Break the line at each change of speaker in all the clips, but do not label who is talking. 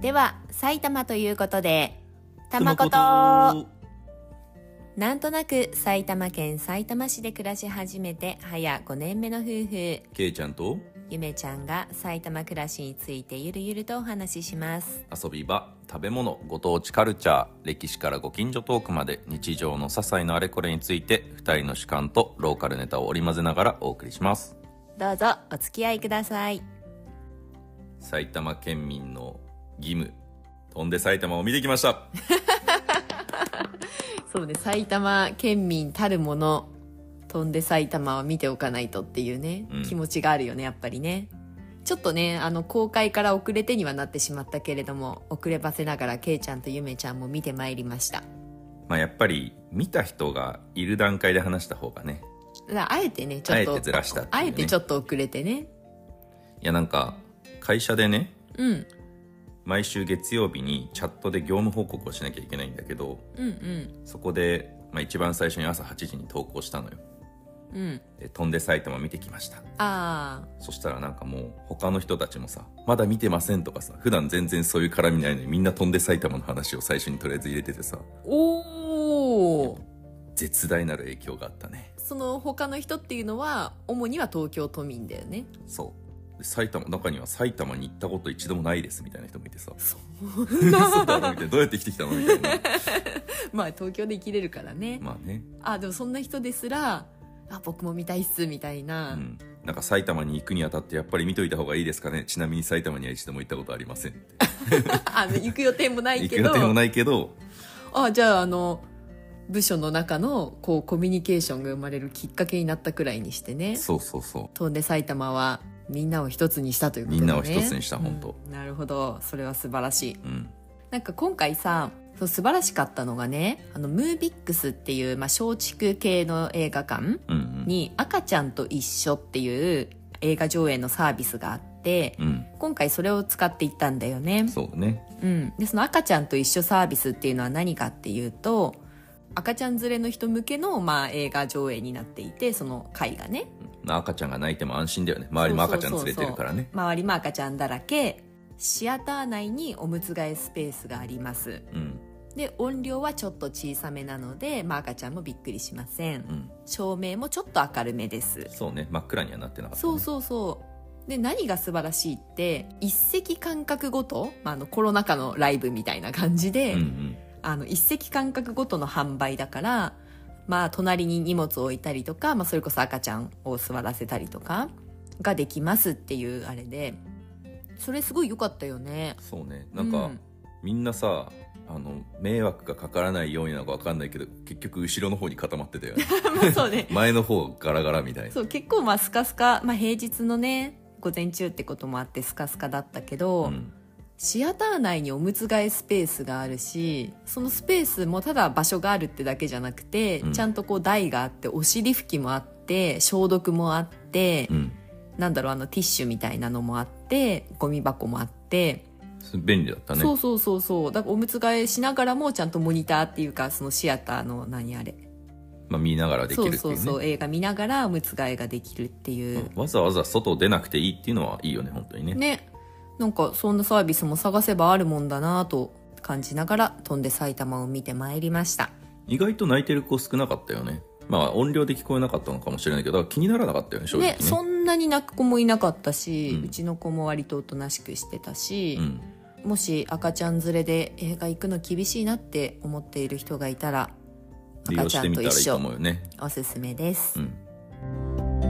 では、埼玉ということで、たまこと、なんとなく埼玉県埼玉市で暮らし始めて早5年目の夫婦、
けいちゃんと
ゆめちゃんが埼玉暮らしについてゆるゆるとお話しします。
遊び場食べ物ご当地カルチャー歴史からご近所トークまで日常の些細なあれこれについて2人の主観とローカルネタを織り交ぜながらお送りします
どうぞお付き合いください。
埼玉県民の義務飛んで埼玉を見てきました
そうね、埼玉県民たるもの、飛んで埼玉は見ておかないとっていうね、
うん
気持ちがあるよね、やっぱりね。ちょっとね、あの、公開から遅れてにはなってしまったけれども、遅ればせながら、けいちゃんとゆめちゃんも見てまいりました。
まあやっぱり見た人がいる段階で話した方がね
だからあえてね、ちょっと。
あえてずらしたっていうね
あえてちょっと遅れてね。
いやなんか会社でね
うん。
毎週月曜日にチャットで業務報告をしなきゃいけないんだけど
うんうん。
そこで、まあ、一番最初に朝8時に投稿したのよ
うん。
で飛んで埼玉見てきました
あ
そしたらなんかもう他の人たちもさまだ見てませんとかさ普段全然そういう絡みないのにみんな飛んで埼玉の話を最初にとりあえず入れててさ
あ。おお。
絶大なる影響があったね
その他の人っていうのは、主には東京都民だよね。
そうで埼玉中には埼玉に行ったこと一度もないですみたいな人もいてさ
そ
嘘だろみたいなどうやって来てきたのみたいな
まあ東京で生きれるからね。
まあね
あでもそんな人ですらあ僕も見たいっすみたいうな、
んなんか埼玉に行くにあたってやっぱり見といた方がいいですかねちなみに埼玉には一度も行ったことありませんって
あの行く予定もない
行く
け
予
ど
定もないけど
あじゃああの部署の中のこうコミュニケーションが生まれるきっかけになったくらいにしてね
そうそうそ
飛んで埼玉はみんなを一つにしたということだ、ね、
みんなを一つにした本当
うんなるほどそれは素晴らしいう
うん
なんか今回さそう素晴らしかったのがねあのムービックスっていう、まあ、松竹系の映画館
うんうん
に「赤ちゃんと一緒」っていう映画上映のサービスがあって、
うん
今回それを使っていったんだよね、
そうだね
うん、でその赤ちゃんと一緒サービスっていうのは何かっていうと赤ちゃん連れの人向けの、まあ、映画上映になっていてその回がね
まあ赤ちゃんが泣いても安心だよね周りも赤ちゃん連れてるからね
周りも赤ちゃんだらけシアター内におむつ替えスペースがあります
うん
で音量はちょっと小さめなので、まあ、赤ちゃんもびっくりしません
うん
照明もちょっと明るめです
そうね真っ暗にはなってなかったね、
そうそうそうで何が素晴らしいって一席間隔ごと、まあ、あのコロナ禍のライブみたいな感じで、
うんうん
あの一席間隔ごとの販売だからまあ隣に荷物を置いたりとか、まあ、それこそ赤ちゃんを座らせたりとかができますっていうあれでそれすごい良かったよね
そうねなんか、
うん
みんなさあの迷惑がかからないようになのか分かんないけど結局後ろの方に固まってたよね
まあ そうね
前の方ガラガラみたいな
そう結構まあスカスカ、まあ、平日のね午前中ってこともあってスカスカだったけど、
うん
シアター内におむつ替えスペースがあるしそのスペースもただ場所があるってだけじゃなくて、
うん
ちゃんとこう台があってお尻拭きもあって消毒もあって、
うん
なんだろうあのティッシュみたいなのもあってゴミ箱もあって、
それ便利だったね
そうそうそうそうだからおむつ替えしながらもちゃんとモニターっていうかそのシアターの何あれ、
まあ、見ながらでき
そ
るっ
う
ていうね
そうそう映画見ながらおむつ替えができるっていう、
うんわざわざ外出なくていいっていうのはいいよね本当にね
ねなんかそんなサービスも探せばあるもんだなぁと感じながら飛んで埼玉を見てまいりました
意外と泣いてる子少なかったよねまあ音量で聞こえなかったのかもしれないけど気にならなかったよね正直ね
ねそんなに泣く子もいなかったし、う
うん
ちの子も割とおとなしくしてたし、
うん、
もし赤ちゃん連れで映画行くの厳しいなって思っている人がいたら
利
赤
用
ち
し
ゃ
て
ん
み
と
たらい
一
いと思
緒
うよね
おすすめです、
うん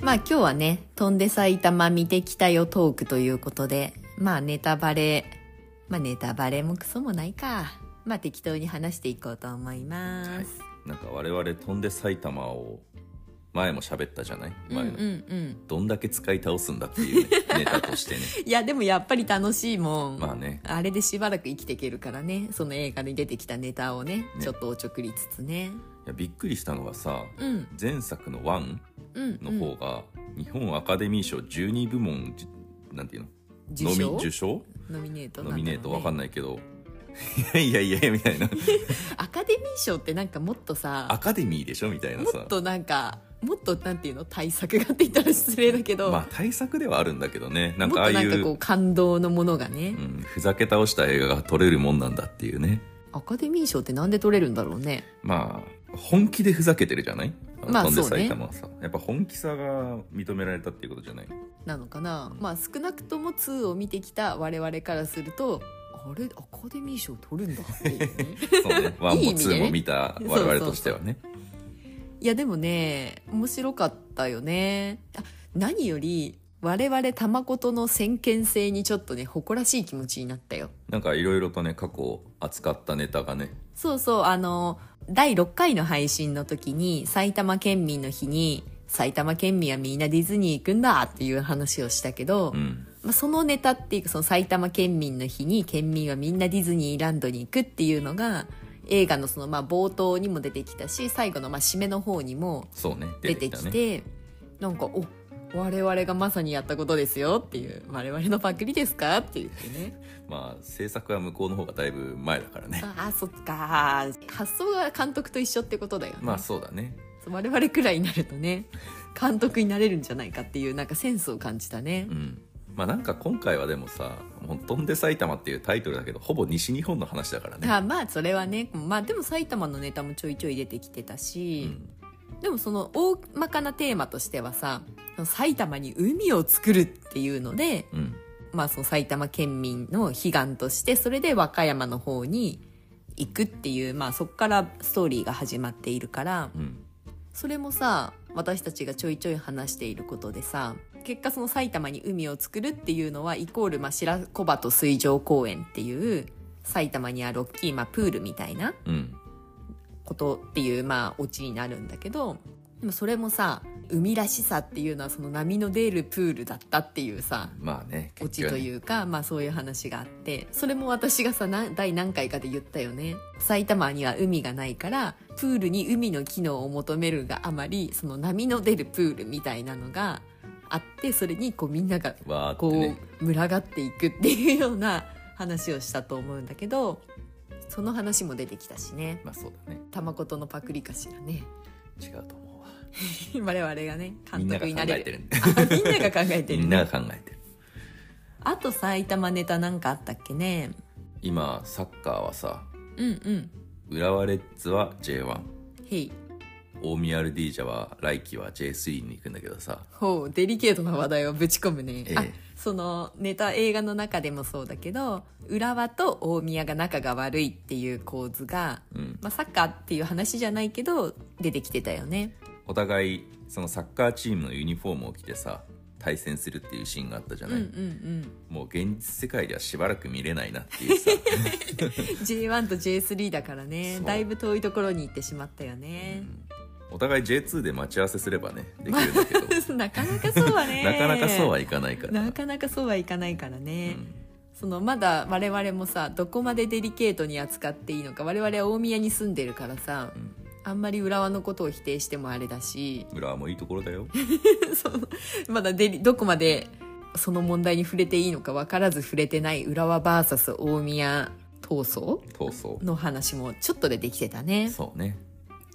まあ今日はね「飛んで埼玉見てきたよトーク」ということでまあネタバレまあネタバレもクソもないかまあ適当に話していこうと思います、
はいなんか我々飛んで埼玉を前も喋ったじゃない前の、
うんうん
どんだけ使い倒すんだっ ていうね、ネタとしてね
うんいやでもやっぱり楽しいもん、
まあね
あれでしばらく生きていけるからねその映画に出てきたネタをね
ね
ちょっとおちょくりつつね
いやびっくりしたのがさ
うん
前作の「ワン
うん
の方が日本アカデミー賞12部門じなんていうの
受賞
ノミ受賞
ノミネート
ノミネートわかん
ない
ないけどいやいやいや、みた いな。
アカデミー賞ってなんかもっと
ア
さ
カデミーでしょみたいな
も
さ。
っとなんかもっとなんていうの対策がって言ったら失礼だけど、
まあ対策ではあるんだけどね。なん
もっ
かあ
と
あい
なんか
う
こう感動のものがね、
うん、ふざけ倒した映画が撮れるもんなんだっていうね。
アカデミー賞ってなんで取れるんだろうね
まあ、本気でふざけてるじゃないあの
まあ
飛んで
そうね
埼玉はさ。やっぱ本気さが認められたっていうことじ ゃない
なのかな、まあ少なくとも2を見てきた我々からするとあれアカデミー賞取 るんだっていうね
そうね。ワンも
いい意味で
ツ
ね
ーも見た我々としてはね。
いやでもね面白かったよねあ何より我々玉ことの先見性にちょっとね誇らしい気持ちになったよ
なんかいろいろとね、過去扱ったネタがね。
そうそう、あの、第6回の配信の時に、埼玉県民の日に、埼玉県民はみんなディズニー行くんだっていう話をしたけど、
うん。
まあ、そのネタっていうか、その埼玉県民の日に県民はみんなディズニーランドに行くっていうのが、映画のそのまあ冒頭にも出てきたし、最後のまあ締めの方にも
そうね。
出てきて、
ね。
なんか、お我々がまさにやったことですよっていう、我々のパクリですかって言ってね。
まあ、制作は向こうの方がだいぶ前だからね。
ああ、そっか。発想が監督と一緒ってことだよね。
まあそうだね。
我々くらいになるとね監督になれるんじゃないかっていうなんかセンスを感じたね
うん。まあなんか今回はでもさ、もう飛んで埼玉っていうタイトルだけど、ほぼ西日本の話だからね。
あまあそれはねまあでも埼玉のネタもちょいちょい出てきてた
う
し、
ん
でもその大まかなテーマとしてはさその埼玉に海を作るっていうので、
うん。
まあ、その埼玉県民の悲願としてそれで和歌山の方に行くっていう、まあ、そこからストーリーが始まっているから
うん。
それもさ私たちがちょいちょい話していることでさ結果その埼玉に海を作るっていうのはイコール、まあ、白子鳩水上公園っていう埼玉にある大きい、まあ、プールみたいな
うん。
ことっていうまあオチになるんだけどでもそれもさ海らしさっていうのはその波の出るプールだったっていうさ
まあね。
オチと
う。
いうか、まあそういう話があって、それも私がさ、な第何回かで言ったよね。埼玉には海がないから、プールに海の機能を求めるがあまり、その波の出るプールみたいなのがあって、それにこうみんなが
わー
こ
っ
う、
てね。
群がっていくっていうような話をしたと思うんだけど、その話も出てきたしね。
まあそうだね。
玉子とのパクリかしらね。
違うと思うわ。
我々がね、
み
監
んな
督
が
に
考
なれ
え
る。
てるんで。
あみんなが考えて
み
る
ん
ね。
なが考えてる。
あと埼玉ネタなんかあったっけね。
今、サッカーはさ、
うんうん。
浦和レッズは J1。
へい。
大宮アルディージャは来季は J3 に行くんだけどさ。
ほう、デリケートな話題をぶち込むね。
ええ
あ、そのネタ映画の中でもそうだけど、浦和と大宮が仲が悪いっていう構図が、
うん。
まあ、サッカーっていう話じゃないけど、出てきてたよね。
お互い、そのサッカーチームのユニフォームを着てさ、対戦するっていうシーンがあったじゃ
うんう
なんい、
うん。
もう現実世界ではしばらく見れないなっていうさ、
J1 と J3 だからね、
そう
だいぶ遠いところに行ってしまったよ ね。
お互い J2 で待ち合わせすればね、できるんだけ ど、
なかなかそうはね。
なかなかそうはいかないから。
なかなかそうはいかないからね。
うん
そのまだ我々もさどこまでデリケートに扱っていいのか我々は大宮に住んでるからさ、
ん
あんまり浦和のことを否定してもあれだし
浦和もいいところだよ。
そのまだデリどこまでその問題に触れていいのか分からず触れてない浦和 VS 大宮闘
闘争
争。の話もちょっと出てきてたね
そうね。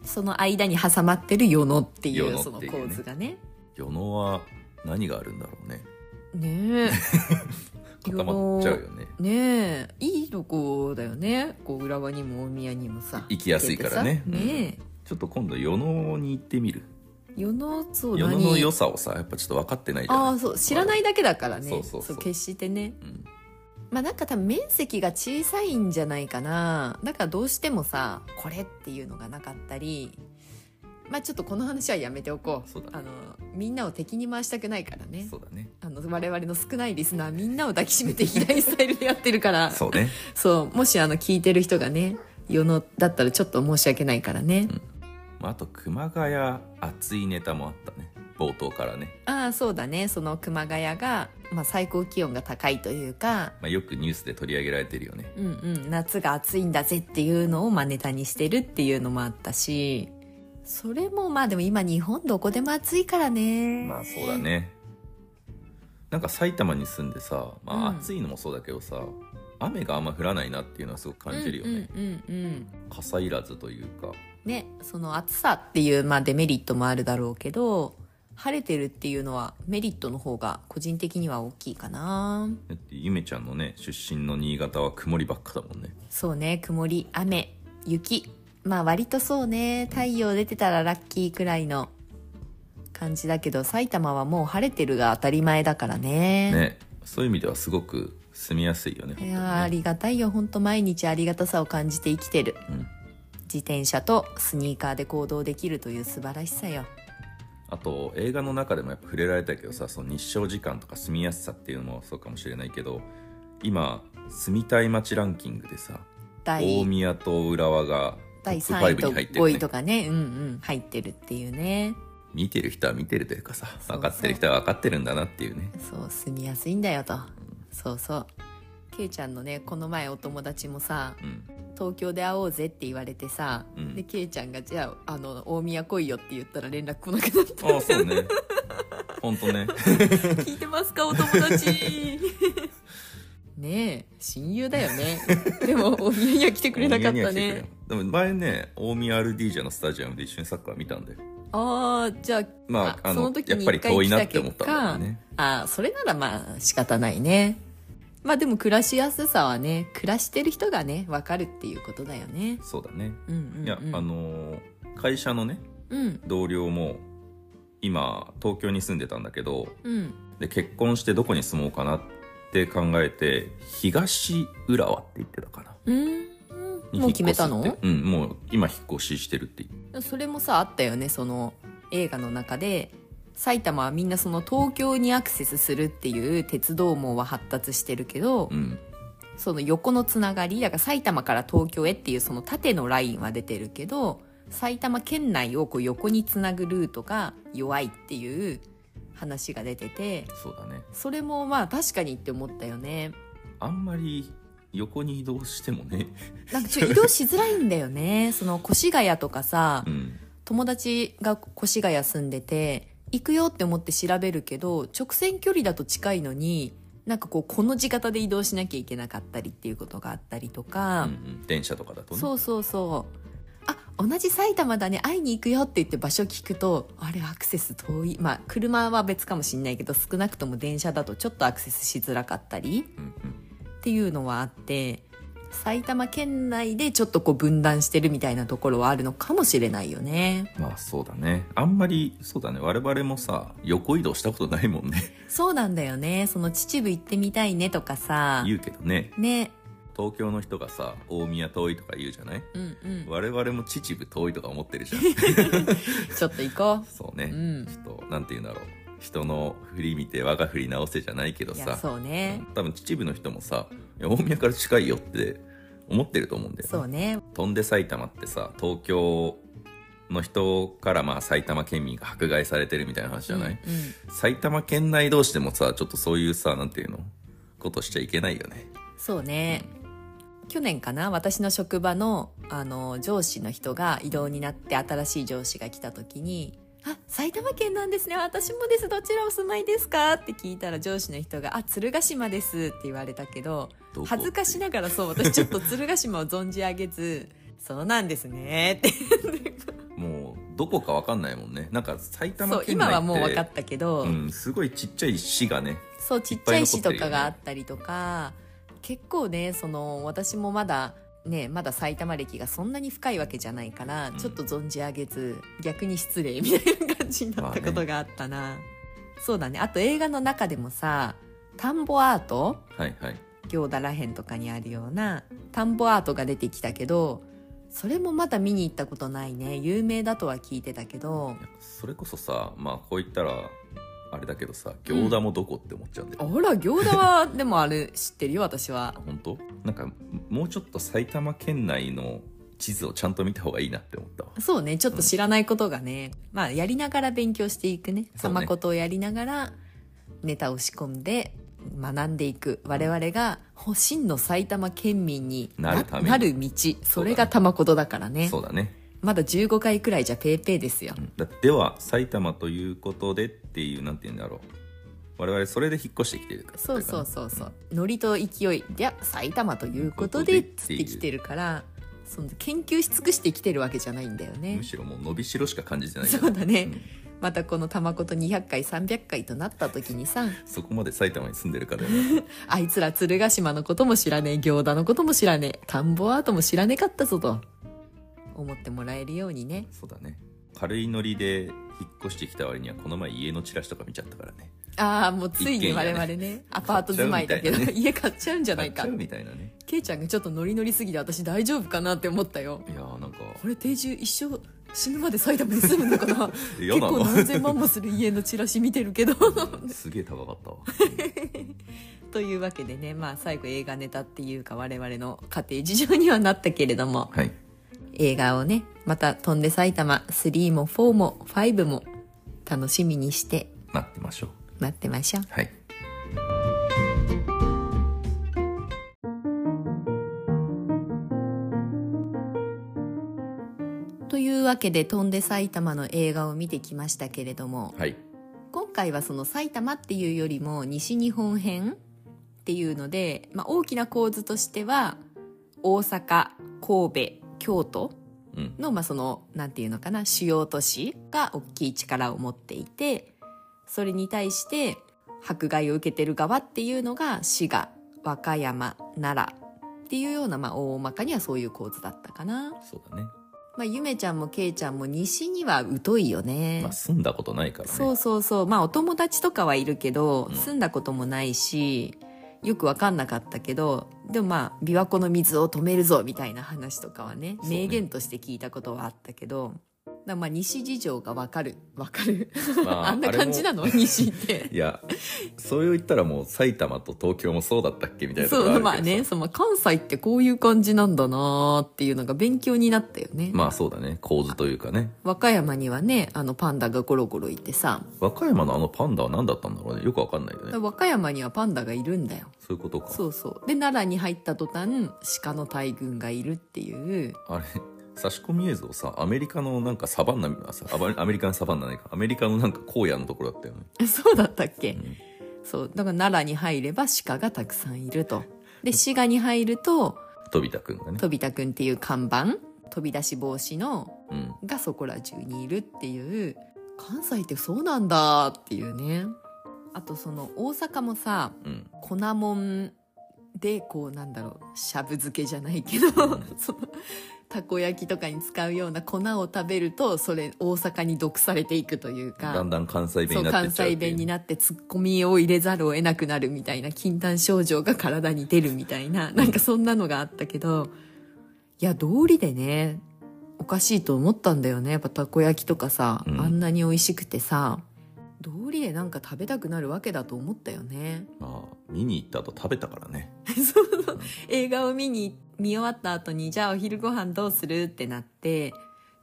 その間に挟まってる与野ってい
与
う
野
その
っていう
構
ね
図がね
世のは何があるんだろうね。
ねえ
固まっちゃうよね。
ねえいいとこだよねこう浦和にも大宮にもさ
行きやすいからね
行けてさねえ、
ちょっと今度世のに行ってみる。
世のそう
世の
何
の良さをさ、やっぱちょっと分かってないじゃ
あ
な
あ
い
そう知らないだけだからね
そうそうそう
決してね
うん
まあなんか多分面積が小さいんじゃないかなだからどうしてもさこれっていうのがなかったりまあちょっとこの話はやめておこう
そうだね
あのみんなを敵に回したくないからね
そうだね。
あの我々の少ないリスナーみんなを抱きしめていきたいスタイルでやってるから
そうね。
そうもしあの聞いてる人がね世のだったらちょっと申し訳ないからね、
まあ、あと熊谷熱いネタもあったね。冒頭からね。
ああそうだねその熊谷が、まあ、最高気温が高いというか
まあ、よくニュースで取り上げられてるよね。
うんうん、夏が暑いんだぜっていうのをまあネタにしてるっていうのもあったしそれもまあでも今日本どこでも暑いからね
まあそうだね。なんか埼玉に住んでさ、まあ
うん
暑いのもそうだけどさ、雨があんま降らないなっていうのはすごく感じるよね、
うんうんうんうん
傘いらずというか
ねその暑さっていう、まあ、デメリットもあるだろうけど晴れてるっていうのはメリットの方が個人的には大きいかな
だってゆめちゃんのね出身の新潟は曇りばっかだもんね
そうね曇り雨雪まあ割とそうね太陽出てたらラッキーくらいの感じだけど埼玉はもう晴れてるが当たり前だからね
ねそういう意味ではすごく住みやすいよね
いやーあ
本当にね
りがたいよ本当毎日ありがたさを感じて生きてる、
うん
自転車とスニーカーで行動できるという素晴らしさよ
あと映画の中でもやっぱ触れられたけどさその日照時間とか住みやすさっていうのもそうかもしれないけど今住みたい街ランキングでさ
第
大宮と浦和がト
第
ップ
3位
5
と
に入ってる、
5位
ね
と、かね、うんうん、入ってるっていうね。
見てる人は見てるというかさ
そう
分かってる人は分かってるんだなっていうね
そう、住みやすいんだよと。そうそう。ケイちゃんのね、この前お友達もさ、
うん
東京で会おうぜって言われてさ、
うん
で、ケイちゃんが、じゃあ、あの、大宮来いよって言ったら連絡来なくなった。
ああそうねほんとね
聞いてますか、お友達。 ねえ、親友だよね。でも、大宮には来てくれなかっ
大宮には
た
来てくれな
ね
か。ったでも前ね大宮アルディージャのスタジアムで一緒にサッカー見たんで
ああ、じゃあ、
まああ
そ
の
の時
やっ
に
ぱり
一回
遠い
来
な
た
って思っ
結
たんだよ
果、
ね
ああそれならまあ仕方ないねまあでも暮らしやすさはね暮らしてる人がね分かるっていうことだよね
そうだね
うんうん、うん、
いや、あのー会社のね
うん
同僚も今東京に住んでたんだけど
うん
で結婚してどこに住もうかなって考えて東浦和って言ってたかな
うん
に
もう
引っ越すって
決めたの
うんもう今引っ越ししてるって
それもさあったよねその映画の中で埼玉はみんなその東京にアクセスするっていう鉄道網は発達してるけど、
うん
その横のつながりだから埼玉から東京へっていうその縦のラインは出てるけど埼玉県内をこう横につなぐルートが弱いっていう話が出てて
そうだね
それもまあ確かにって思ったよね
あんまり横に移動してもね
なんかちょっと移動しづらいんだよねその越谷とかさ
うん
友達が越谷住んでて行くよって思って調べるけど直線距離だと近いのになんかこうこの字型で移動しなきゃいけなかったりっていうことがあったりと
う
か、
んうん電車とかだとね
そうそうそうあ同じ埼玉だね会いに行くよって言って場所聞くとあれアクセス遠いまあ車は別かもしんないけど少なくとも電車だとちょっとアクセスしづらかったり
うんうん
っていうのはあって埼玉県内でちょっとこう分断してるみたいなところはあるのかもしれないよね
まあそうだねあんまりそうだね我々もさ横移動したことないもんね
そうなんだよねその秩父行ってみたいねとかさ
言うけどね
ね
東京の人がさ大宮遠いとか言うじゃない
うんうん
我々も秩父遠いとか思っ てるじゃん
ちょっと行こ
そうね、
ううん
ちょっとなんて言うんだろう人の振り見て我が振り直せじゃないけど
い
さ
やそうね
多分秩父の人もさいや大宮から近いよって思ってると思うんだよ、ね、
そうね
飛んで埼玉ってさ東京の人からまあ埼玉県民が迫害されてるみたいな話じゃない、
うんうん
埼玉県内同士でもさちょっとそういうさなんていうのことしちゃいけないよね
そうね、去年かな私の職場のあの上司の人が異動になって新しい上司が来た時に「あ埼玉県なんですね私もですどちらお住まいですか?」って聞いたら上司の人が「あ鶴ヶ島です」って言われたけど
どこ
恥ずかしながらそう私ちょっと鶴ヶ島を存じ上げず「そうなんですね」って
もうどこかわかんないもんねなんか埼
そ
玉
う
県内
今
って
はもう分かったけど、
うん、すごいちっちゃい市がね
そうちっちゃい市とかがあったりとか、結構ねその私もまだねまだ埼玉歴がそんなに深いわけじゃないから、
うん
ちょっと存じ上げず逆に失礼みたいな感じになったことがあったな、そうだねあと映画の中でもさ田んぼアート
はいはい
行田らへんとかにあるような田んぼアートが出てきたけどそれもまだ見に行ったことないね有名だとは聞いてたけど
それこそさまあこう言ったらあれだけどさ行田もどこって思っちゃうんだよ、
あほら行田はでもあれ知ってるよ私は
本当なんかもうちょっと埼玉県内の地図をちゃんと見た方がいいなって思ったわ
そうね、ちょっと知らないことがね、まあやりながら勉強していくね。
そ
た
うね
まことをやりながらネタを仕込んで学んでいく。我々がほ真の埼玉県民に
なるために
なる道。それがたまことだからね。
そうだね、
まだ15回くらいじゃペーペーですよ
う。んだでは埼玉ということでっていうなんて言うんだろう我々それで引っ越してきてるから
そうそうそうそうノリと勢いで埼玉ということでっつってきてるからその研究し尽くしてきてるわけじゃないんだよね
むしろもう伸びしろしか感じてないけど
そうだね、
うん
またこのたまこと200回300回となった時にさ
そこまで埼玉に住んでるからね
あいつら鶴ヶ島のことも知らねえ行田のことも知らねえ田んぼアートも知らねかったぞと思ってもらえるようにね
そうだね軽いノリで引っ越してきた割にはこの前家のチラシとか見ちゃったからね
ああもうついに
一軒家
我
ね
々ねアパート住まいだけど、
買っちゃうみたいなね
家買っちゃうんじゃな
買
い
っちゃ
か
うみたいなね
ケイちゃんがちょっとノリノリすぎて私大丈夫かなって思ったよ
いやーなんか
これ定住一生死ぬまで埼玉に住むのか な結
え嫌な
構
の
何千万もする家のチラシ見てるけど
すげえ高かったわ
というわけでねまあ最後映画ネタっていうか我々の家庭事情にはなったけれども
はい
映画をねまた「飛んで埼玉」3も4も5も楽しみにして
待ってましょう
待ってましょう
はい
というわけで「飛んで埼玉」の映画を見てきましたけれども
はい
今回はその埼玉っていうよりも西日本編っていうので、まあ、大きな構図としては大阪神戸京都
うん
の,、まあそのなんていうのかな主要都市が大きい力を持っていてそれに対して迫害を受けてる側っていうのが滋賀和歌山奈良っていうような、まあ、大まかにはそういう構図だったかな、
そうだね、
まあ、ゆめちゃんもけいちゃんも西には疎いよね、
まあ住んだことないからね
そうそうそうまあお友達とかはいるけど、
うん
住んだこともないしよく分かんなかったけどでもまあ琵琶湖の水を止めるぞみたいな話とかはね
そうね
名言として聞いたことはあったけど、だからまあ西事情が分かる分かる
ま
あんな感じな
の
の西って。
い やそれを言ったらもう埼玉と東京もそうだったっけみたいなとこ
そう
ろ
まあ
るけどさ
ねその関西ってこういう感じなんだなーっていうのが勉強になったよね、
まあそうだね構図というかね
和歌山にはねあのパンダがゴロゴロいてさ
和歌山のあのパンダは何だったんだろうねよくわかんないよね
和歌山にはパンダがいるんだよ
そういうことか
そうそうで奈良に入った途端鹿の大群がいるっていう
あれ差し込み映像さアメリカのなんかサバンナあさアバアメリカのサバンナないかアメリカのなんか荒野のところだったよ ね、
そうだったっけ、
うん
そうだから奈良に入れば鹿がたくさんいるとで滋賀に入ると
飛田くんがね、
飛び田くんっていう看板飛び出し防止の
うん、
がそこら中にいるっていう関西ってそうなんだっていうねあとその大阪もさ
うん、
粉もんでこうなんだろうしゃぶ漬けじゃないけどそのたこ焼きとかに使うような粉を食べるとそれ大阪に毒されていくというか
だんだん関西
そう
弁になって
関
っちゃう
西
っていう
弁になってツッコミを入れざるを得なくなるみたいな禁断症状が体に出るみたいななんかそんなのがあったけどいや道理でねおかしいと思ったんだよねやっぱたこ焼きとかさ、
うん
あんなに美味しくてさ道理でなんか食べたくなるわけだと思ったよね。
まあ見に行った後食べたからね
そうそう映画を見に見終わった後にじゃあお昼ご飯どうするってなって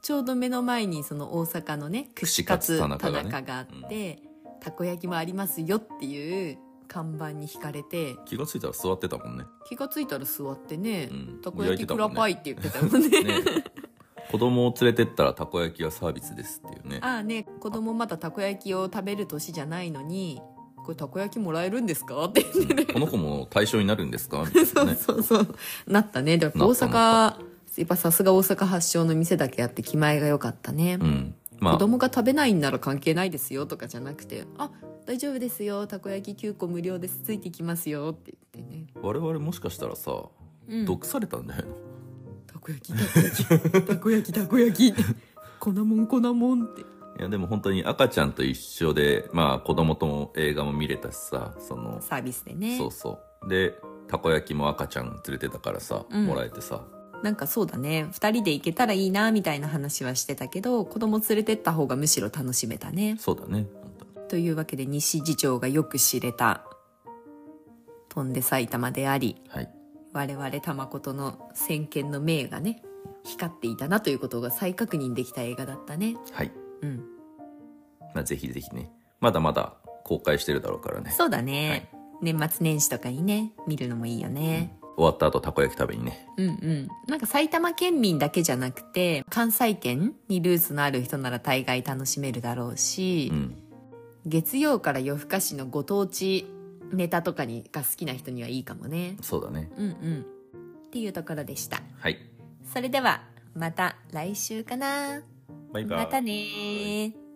ちょうど目の前にその大阪のね串
串カ
カ
ツ
ツ
田
田中
中がね
があって、たこ焼きもありますよっていう看板に惹かれて
気がついたら座ってたもんね
気がついたら座ってね、
うん
たこ焼き
もう焼いてた
く
もんね
らパイって言ってたもんね
ね子供を連れてったらたこ焼きはサービスですっていうね
ああね子供まだたこ焼きを食べる年じゃないのにこれたこ焼きもらえるんですかって言ってね
この子も対象になるんですかみ た
そ
いな
う
ね
そうそう。なったね。でも
な
大
ったな
阪、やっぱさすが大阪発祥の店だけあって気前が良かったね。
うんまあ
子供が食べないんなら関係ないですよとかじゃなくて、あ、大丈夫ですよ。たこ焼き9個無料です。ついてきますよって言ってね。
我々もしかしたらさ、
うん
毒されたんじゃないの
たこ焼き、たこ焼き、 たこ焼き、たこ焼きって。粉もん、粉もんって。
いやでも本当に赤ちゃんと一緒でまあ子供とも映画も見れたしさその
サービスでね
そう。そうでたこ焼きも赤ちゃん連れてたからさ、
うん
もらえてさ
なんかそうだね。二人で行けたらいいな、みたいな話はしてたけど、子供連れてった方がむしろ楽しめたね。
そうだね
というわけで西次長がよく知れた飛んで埼玉であり
はい
我々玉ことの先見の明がね光っていたなということが再確認できた映画だったね
はい、
うん
まあ、ぜひぜひねまだまだ公開してるだろうからね
そうだね、年末年始とかにね見るのもいいよね、
終わった後たこ焼き食べにね
うん、うんなんか埼玉県民だけじゃなくて関西圏にルーツのある人なら大概楽しめるだろうし、
うん
月曜から夜更かしのご当地ネタとかにが好きな人にはいいかもね
そうだね
うんうんっていうところでした
はい
それではまた来週かな
バイバ
ま
イ
たねー